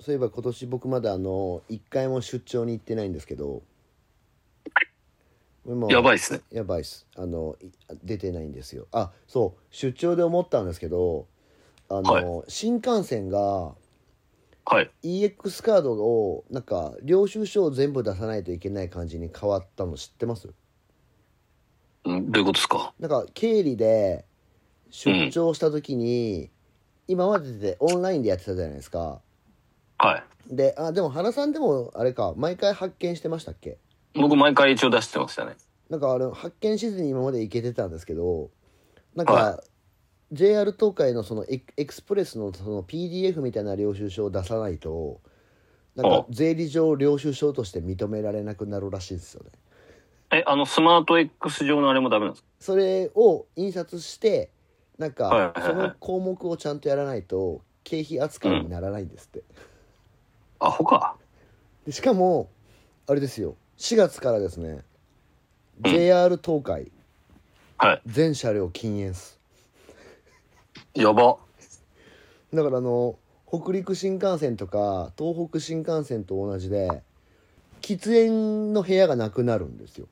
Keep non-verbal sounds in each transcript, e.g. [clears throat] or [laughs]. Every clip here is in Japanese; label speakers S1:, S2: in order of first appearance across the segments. S1: そういえば今年僕まだあの一回も出張に行ってないんですけども
S2: やばいっすね。
S1: やばいっすあのい出てないんですよあそう出張で思ったんですけどあの、新幹線が
S2: はい。
S1: EX カードをなんか領収書を全部出さないといけない感じに変わったの知ってます
S2: うんどういうことですか
S1: なんか経理で出張した時に、今まででオンラインでやってたじゃないですか
S2: はい。
S1: であでも原さんでもあれか毎回発見してましたっけ
S2: 僕毎回一応出してましたね。
S1: なんかあれ発見しずに今まで行けてたんですけどなんか、
S2: は
S1: JR 東海のそのエクエクスプレスのその PDF みたいな領収書を出さないとなんか
S2: お
S1: 税理上領収書として認められなくなるらしいんですよね
S2: え、あの、スマート X 上のあれもダメなんですか
S1: それを印刷してなん
S2: はい
S1: か
S2: はいはい
S1: その項目をちゃんとやらないと経費扱いにならないんですって、
S2: アホか。
S1: でしかもあれですよ4月からですね
S2: うん
S1: JR 東海
S2: はい。
S1: 全車両禁煙っす
S2: やば。
S1: だからあの北陸新幹線とか東北新幹線と同じで喫煙の部屋がなくなるんですよ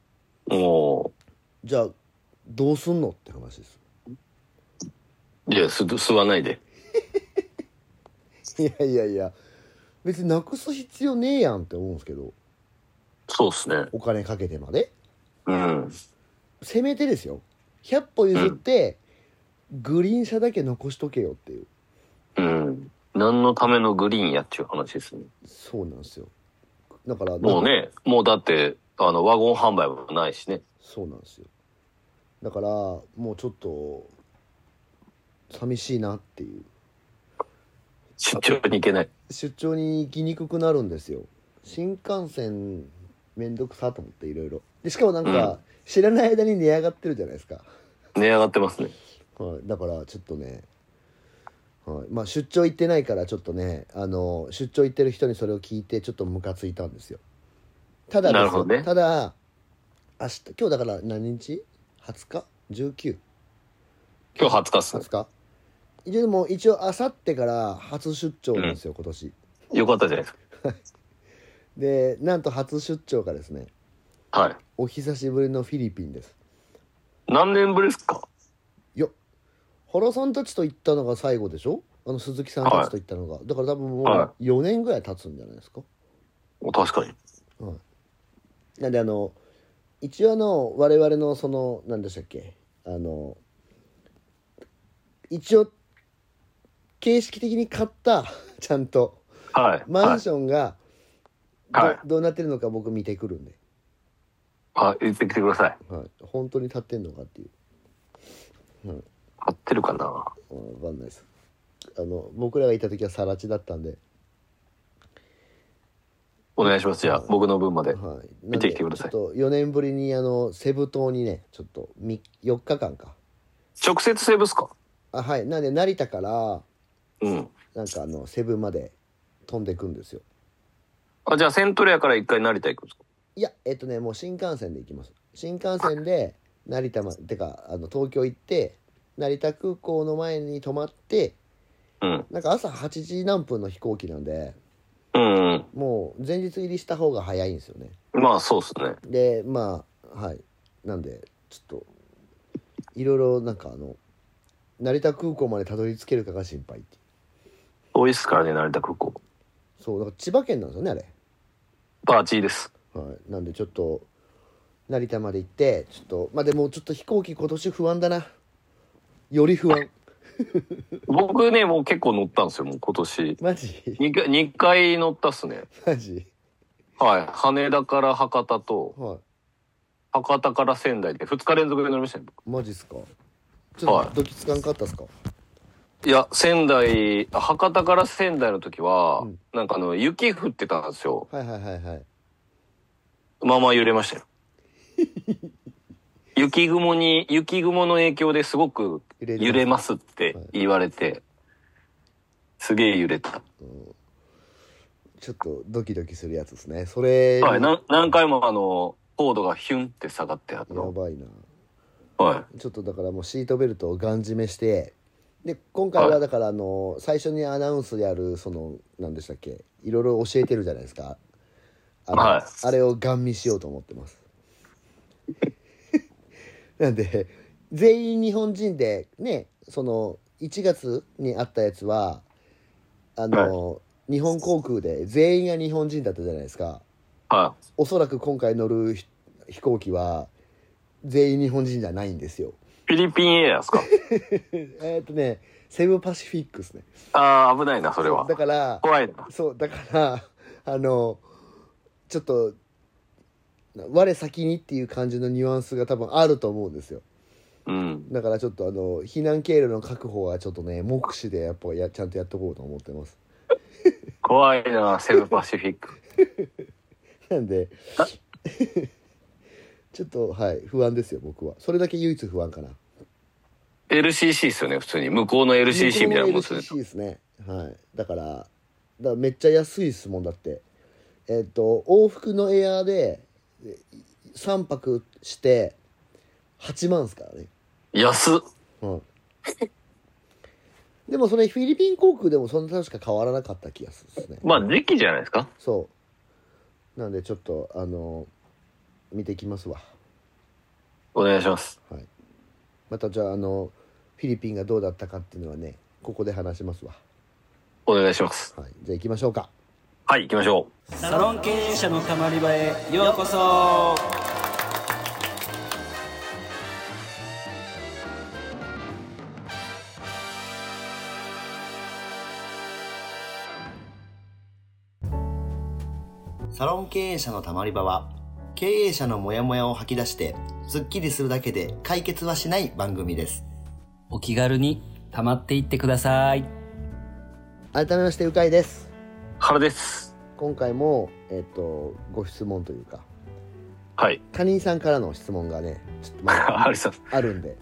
S2: おー
S1: じゃあどうすんのって話です [laughs]
S2: いや、す、吸わないで。
S1: いやいやいや別になくす必要ねえやんって思うんですけど
S2: そうっすね。
S1: お金かけてまで
S2: うん。
S1: せめてですよ100歩譲って、グリーン車だけ残しとけよっていう
S2: うん。何のためのグリーンやっていう話ですね。
S1: そうなんですよだから
S2: もうね、もうだって、あの、ワゴン販売もないしね。
S1: そうなんですよだからもうちょっと寂しいなっていう
S2: 出張に行けない。
S1: 出張に行きにくくなるんですよ新幹線めんどくさと思っていろいろでしかもなんか、
S2: うん
S1: 知らない間に値上がってるじゃないですか、
S2: 値上がってますね。
S1: はい、だからちょっとね、はい、まあ出張行ってないからちょっとねあの出張行ってる人にそれを聞いてちょっとムカついたんですよただ
S2: な
S1: で
S2: る
S1: す
S2: ほ
S1: よ、
S2: どね
S1: ただ明日今日だから何日 ?20 日 ?19
S2: 今日20日っすね
S1: 20。日一応でも一応あさってから初出張なんですよ、今年
S2: よかったじゃないです
S1: でなんと初出張がですね
S2: か。はい。
S1: お久しぶりのフィリピンです
S2: 何年ぶりですか
S1: いや原さんたちと行ったのが最後でしょあの鈴木さんたちと行ったのが、だから多分も
S2: は
S1: う4年ぐらい経つんじゃないですか、
S2: お確かに。
S1: なんであの一応あの我々のその何でしたっけあの一応形式的に買った [laughs] ちゃんと
S2: はい。
S1: マンションがど,、
S2: はい
S1: どうなってるのか僕見てくるんで、
S2: はい。あ、行ってきてください。
S1: はい、本当に立ってんのかっていう
S2: 合ってるかな
S1: 分かんないですあの僕らがいた時は更地だったんで、
S2: お願いします。じゃあ、僕の分ま
S1: は
S2: で。
S1: い、なんで
S2: 見てきてください
S1: ちょっと4年ぶりにあのセブ島にねちょっとみ4日間か
S2: 直接セーブっすか
S1: あはいなんで成田から
S2: うん。
S1: なんかあのセブまで飛んでくんですよ
S2: あ、じゃあ、セントレアから一回成田行くんですか
S1: いやえっとねもう新幹線で行きます新幹線で成田までてかあの東京行って成田空港の前に泊まって
S2: うん。
S1: なんか朝8時何分の飛行機なんで
S2: うん、うん。
S1: もう前日入りした方が早いんですよね
S2: まあ、そうっすね。
S1: でまあはいなんでちょっといろいろなんかあの成田空港までたどり着けるかが心配ってい
S2: 遠いっすからね、成田空港。
S1: うそうだから千葉県なんですよねあれ
S2: バーチーです。
S1: はい、なんでちょっと成田まで行ってちょっとまあでもちょっと飛行機今年不安だなより不安
S2: 僕ね、もう結構乗ったんですよ、もう今年。
S1: マジ [laughs]
S2: 2回、二回乗ったっすね。
S1: マジ
S2: はい。羽田から博多と、
S1: は
S2: 博多から仙台で2日連続で乗りましたね、僕
S1: いマジっすかちょっ
S2: はい
S1: とドキつかんかったっすか、
S2: いや、仙台、あ博多から仙台の時は、
S1: うん
S2: なんかあの、雪降ってたんですよ。
S1: はい、はいはいはい
S2: まあまあ揺れまし
S1: [laughs]
S2: たよ。雪雲に、雪雲の影響ですごく
S1: 揺れる
S2: 揺れますって言われて、すげえ揺れた。
S1: ちょっとドキドキするやつですねそれ、
S2: はい、な何回もあの、コードがヒュンって下がってあ
S1: や
S2: の、
S1: ばいな
S2: は
S1: ちょっとだからもうシートベルトをガン締めしてで今回
S2: は
S1: はいだからあの最初にアナウンスであるその何でしたっけいろいろ教えてるじゃないですかあの、
S2: はい
S1: あれをガン見しようと思ってます [laughs] なんで全員日本人でねその1月にあったやつはあの、日本航空で全員が日本人だったじゃないですか
S2: は
S1: おそらく今回乗るひ飛行機は全員日本人じゃないんですよ
S2: い。フィリピンエアで
S1: [laughs]
S2: すか
S1: えーっとねセブパシフィックですね
S2: ああ、危ないな、それは
S1: だ。から
S2: 怖いな。
S1: そうだから [laughs] あのちょっと我先にっていう感じのニュアンスが多分あると思うんですよ
S2: うん。
S1: だからちょっとあの避難経路の確保はちょっとね目視でやっぱやちゃんとやっとこうと思ってます [laughs]
S2: 怖いな、セブパシフィック。
S1: なんで [laughs] ちょっとはい不安ですよ僕はそれだけ唯一不安かな
S2: LCC ですよね、普通に。向こうの LCC みたいなもんですね。
S1: LCC ですねはいだからだからめっちゃ安いですもんだってえっ、と往復のエアーでえ3泊して8万ですからね
S2: 安っ。
S1: うん [laughs] でもそれフィリピン航空でもそんな確か変わらなかった気がするですね
S2: まあ、時期じゃないですか。
S1: そうなんでちょっとあの見てきますわ
S2: お願いします。
S1: またじゃああのフィリピンがどうだったかっていうのはねここで話しますわ
S2: お願いします。
S1: はいじゃあ行きましょうか
S2: はい、行きましょう。
S3: サロン経営者のたまり場へようこそ
S4: サロン経営者のたまり場は、経営者のモヤモヤを吐き出して、スッキリするだけで解決はしない番組です。
S3: お気軽にたまっていってください
S1: 改めましてうかいです
S2: 原です。
S1: 今回も、えっとご質問というか
S2: はい。
S1: 他人さんからの質問がねちょっとま
S2: [laughs]
S1: だ
S2: 原さん、
S1: あるんで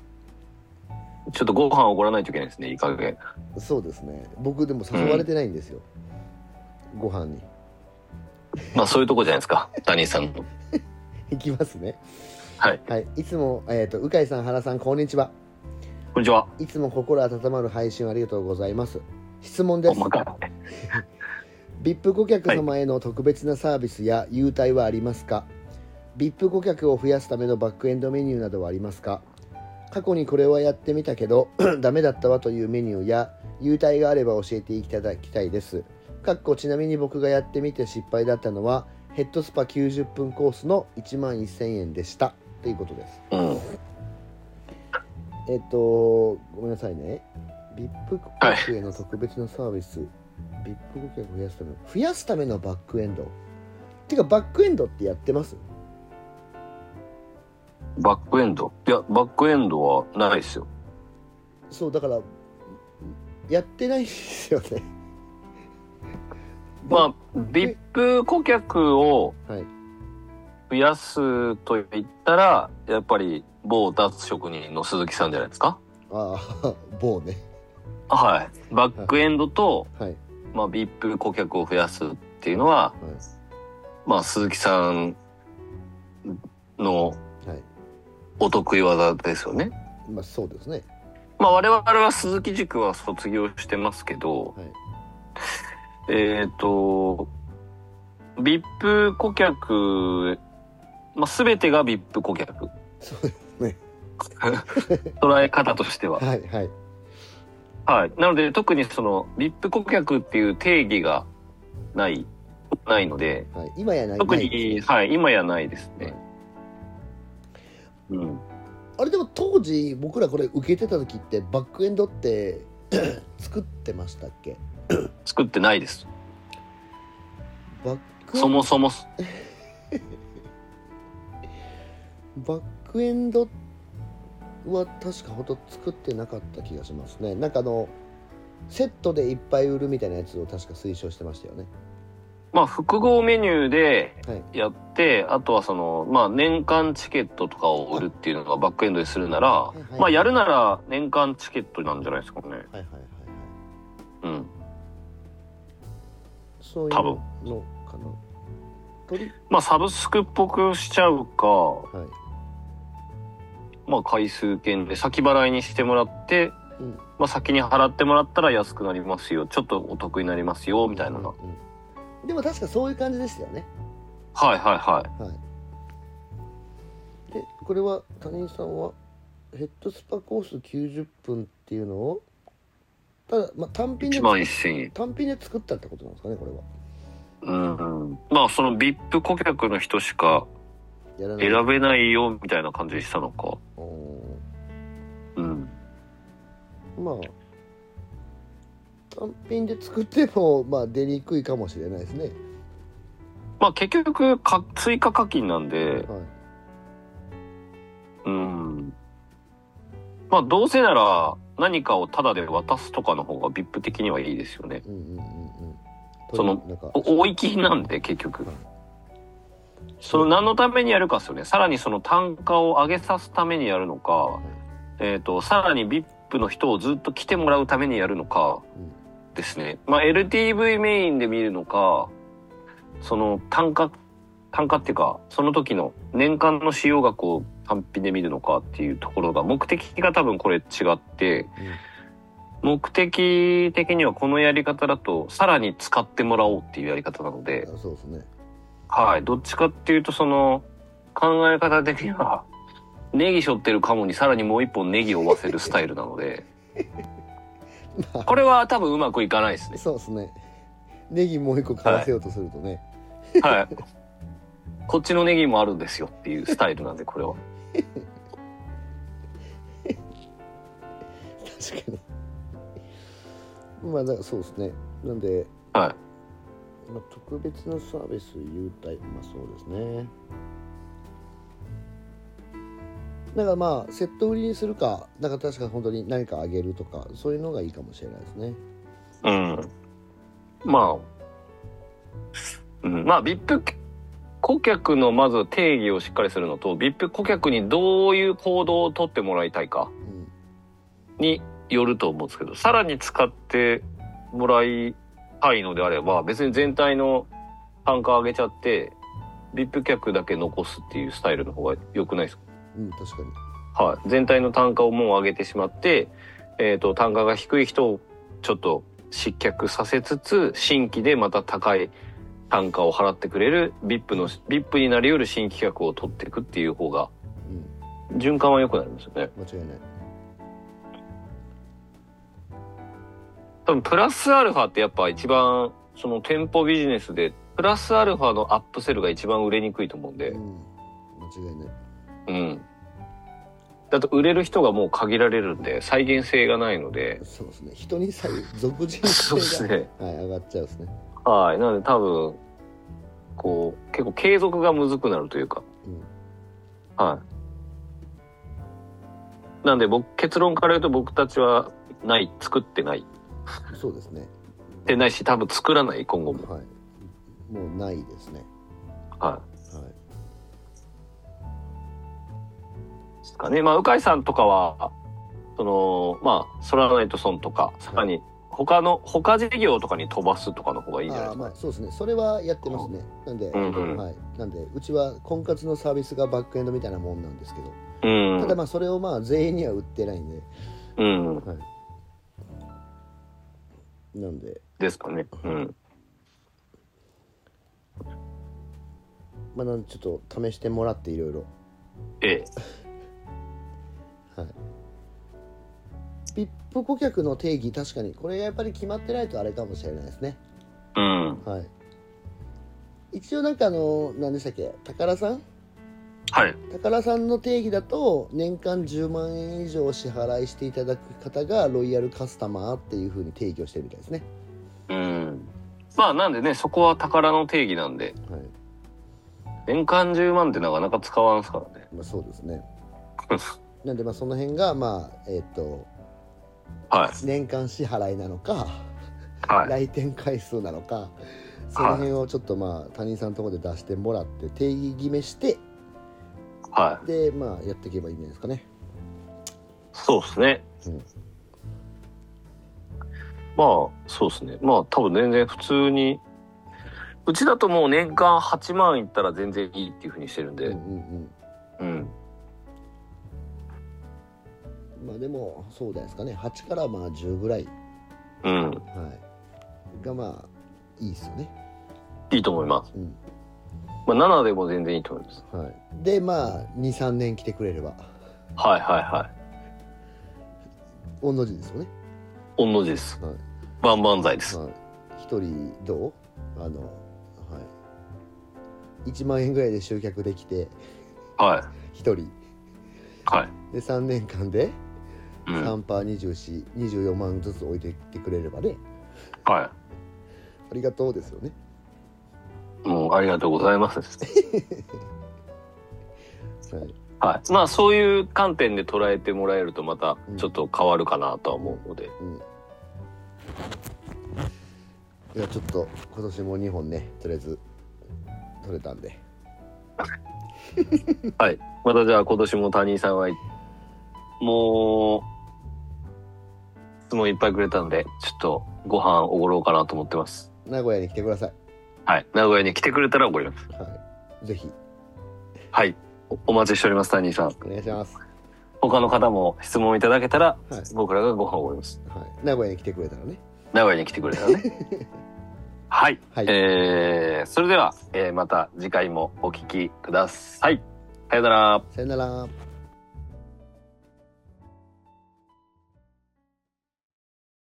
S2: ちょっとご飯をおごらないといけないですね、いい加減。
S1: そうですね僕でも誘われてないんですよ、ご飯に
S2: まあ、そういうとこじゃないですか。ダニーさんの。
S1: 行きますね
S2: はい。
S1: はいいつも、えっとうかいさん原さんこんにちは
S2: こんにちは。
S1: いつも心温まる配信ありがとうございます質問で
S2: お
S1: す
S2: まか。
S1: VIP 顧客様への特別なサービスや優待はありますか、VIP 顧客を増やすためのバックエンドメニューなどはありますか過去にこれはやってみたけど [clears throat] ダメだったわというメニューや優待があれば教えていただきたいですかっこちなみに僕がやってみて失敗だったのはヘッドスパ90分コースの1万1000円でしたということです
S2: うん。
S1: えっとごめんなさいね VIP 顧客への特別なサービス、VIP 顧客を増やすための増やすためのバックエンドてかバックエンドってやってます
S2: バックエンドいや、バックエンドはないですよ。
S1: そうだからやってないですよね
S2: まあ、VIP 顧客を
S1: はい
S2: 増やすと言ったら、やっぱり某脱職人の鈴木さんじゃないですか。
S1: ああ [laughs] 某ね
S2: はい。バックエンドと、
S1: はい
S2: まあ、VIP 顧客を増やすっていうのは、まあ、鈴木さんの
S1: はい
S2: お得意技ですよね。
S1: まあそうですね
S2: まあ、我々は鈴木塾は卒業してますけど、
S1: はい
S2: えっ、と、VIP 顧客、まあ、全てが VIP 顧客。
S1: そうですね
S2: [laughs] 捉え方としては。
S1: はいはい
S2: はい。なので、特にその、VIP 顧客っていう定義がない、ないので、
S1: はい今やない
S2: 特
S1: ない
S2: に、
S1: ですね
S2: はい、今やないですね。うん。
S1: あれでも当時僕らこれ受けてた時ってバックエンドって [clears throat] 作ってましたっけ
S2: 作ってないです。
S1: バックエン
S2: そもそも、
S1: バックエンドは確かほんと作ってなかった気がしますねなんかあのセットでいっぱい売るみたいなやつを確か推奨してましたよね
S2: まあ、複合メニューで
S1: はい
S2: やって、あとはその、まあ、年間チケットとかを売るっていうのがバックエンドにするなら、
S1: いはい
S2: まあ、やるなら年間チケットなんじゃないですかね。
S1: はいはいはいはい
S2: うん。
S1: そういう
S2: 多分
S1: のかなとり
S2: まあ、サブスクっぽくしちゃうか、
S1: はい
S2: まあ、回数券で先払いにしてもらって、
S1: うん
S2: まあ、先に払ってもらったら安くなりますよちょっとお得になりますよみたいなの
S1: うんうんでも確かそういう感じでしたよね
S2: はいはいはい
S1: はいでこれは谷井さんはヘッドスパコース90分っていうのをただ、まあ、単品で
S2: 1万1000円
S1: 単品で作ったってことなんですかねこれは
S2: うんまあその VIP 顧客の人しか
S1: やらない
S2: 選べないよみたいな感じにしたのか
S1: う
S2: うん
S1: ーんまあ単品で作ってもまあ出にくいかもしれないですね
S2: まあ結局か追加課金なんで
S1: はい
S2: うんまあどうせなら何かをタダで渡すとかの方が VIP 的にはいいですよね
S1: うんうんうんうん
S2: その
S1: なんか
S2: お大いきなんで結局その何のためにやるかですよねさらにその単価を上げさすためにやるのか、えっとさらに VIP の人をずっと来てもらうためにやるのか
S1: うん
S2: ですね、まあ、LTV メインで見るのかその単価単価っていうかその時の年間の使用額を単品で見るのかっていうところが目的が多分これ違って、目的的にはこのやり方だとさらに使ってもらおうっていうやり方なので、
S1: あそうですね
S2: はい、どっちかっていうとその考え方的にはネギ背負ってるカモにさらにもう一本ネギを追わせるスタイルなので
S1: まあ
S2: これは多分うまくいかないです
S1: [laughs]
S2: ね
S1: そうですねネギもう一個買わせようとするとね、
S2: はいこっちのネギもあるんですよっていうスタイルなんでこれは
S1: 確かにまあだからそうですねなんで、
S2: は
S1: まあ、特別なサービス優待まあそうですねだからまあセット売りにするかだから確か本当に何かあげるとかそういうのがいいかもしれないですね
S2: うんまあ、うん、まあ VIP 顧客のまず定義をしっかりするのと VIP 顧客にどういう行動をとってもらいたいか
S1: うん
S2: によると思うんですけどさらに使ってもらいたいのであれば別に全体の単価上げちゃって VIP 客だけ残すっていうスタイルの方が良くないです
S1: うん確かに
S2: か、はい、全体の単価をもう上げてしまって、えー、と単価が低い人をちょっと失脚させつつ新規でまた高い単価を払ってくれる VIP の VIP になりうる新規客を取っていくっていう方が
S1: うん
S2: 循環は良くなりますよね。
S1: 間違いない
S2: 多分プラスアルファってやっぱ一番その店舗ビジネスでプラスアルファのアップセルが一番売れにくいと思うんで
S1: う、ん間違いない
S2: うん。だと売れる人がもう限られるんで再現性がないので、
S1: そうですね人に左右俗人
S2: そうです
S1: 性が、
S2: ね。
S1: はい、上がっちゃうですね
S2: はい。なので多分、こう、結構継続がむずくなるというか、
S1: うん
S2: はい。なんで僕、結論から言うと僕たちはない、作ってない。
S1: そうですね
S2: でないし、多分作らない、今後も。
S1: はいもうないですね
S2: はい。
S1: はい
S2: ですかね。まあ、鵜飼さんとかは、その、まあ、ソラナイトソンとか、さらに、他の、他事業とかに飛ばすとかの方がいいんじゃない
S1: あ
S2: で
S1: ー
S2: す
S1: ま
S2: か。
S1: あそうですねそれはやってますねなんで、
S2: うんうん
S1: はい、なんでうちは婚活のサービスがバックエンドみたいなもんなんですけど、
S2: うん
S1: ただ。まあそれをまあ全員には売ってないんで
S2: うん。
S1: なんで
S2: ですかね。うん。
S1: まあなんちょっと試してもらっていろいろ
S2: ええ。
S1: ピップ顧客の定義確かにこれがやっぱり決まってないとあれかもしれないですね
S2: うん。
S1: はい一応なんかあの何でしたっけ宝さん
S2: はい。
S1: 宝さんの定義だと年間10万円以上お支払いしていただく方がロイヤルカスタマーっていうふうに定義をしてるみたいですね
S2: うん。まあ、なんでね、そこは宝の定義なんで、
S1: はい
S2: 年間10万ってなかなか使わんすからね。 [laughs]
S1: まあそうですね
S2: うん
S1: なんでまあその辺がまあえっ、と
S2: はい。
S1: 年間支払いなのか、
S2: はい。
S1: 来店回数なのかその辺をちょっとまあ他人さんのところで出してもらって定義決めして
S2: はい。
S1: でまあやっていけばいいんじゃないですかね
S2: そうですね。
S1: うん
S2: まあ、そうですね。まあ、多分全然普通に、うちだともう年間8万いったら全然いいっていうふうにしてるん
S1: うんう
S2: で、
S1: ん
S2: うん。
S1: まあでもそうですかね8からまあ10ぐらい、
S2: う
S1: は
S2: ん。
S1: い、がまあいいですよね、
S2: いいと思います。
S1: うん
S2: まあ、7でも全然いいと思います。
S1: はい、でまあ23年来てくれれば
S2: はいはいはい。
S1: 同じですよね
S2: 御の字です
S1: はい。
S2: 万々歳です。
S1: はい、1人どうあの、はい、1万円ぐらいで集客できて
S2: はい。
S1: 1人
S2: はい。
S1: で3年間で
S2: うん。はい。
S1: 3パー2424万ずつ置いてってくれればねありがとうですよね
S2: もうありがとうございますですね。
S1: はい
S2: はい。まあそういう観点で捉えてもらえるとまたちょっと変わるかなとは思うので。
S1: うんいやちょっと今年も2本ねとりあえず取れたんで
S2: はい。またじゃあ今年も他人さんは、もう、質問いっぱいくれたんで、ちょっとご飯おごろうかなと思ってます。
S1: 名古屋に来てください、
S2: はい。名古屋に来てくれたらおごります。
S1: はい、ぜひ
S2: はい。おお待ちしております、他人さん。
S1: お願いします、
S2: 他の方も質問いただけたら、
S1: はい
S2: 僕らがご飯をおごります。
S1: はい、名古屋に来てくれたらね
S2: 名古屋に来てくれたらね。 [laughs] はい。
S1: はい、
S2: えー、それでは、えーまた次回もお聞きください。さようなら。
S1: さよなら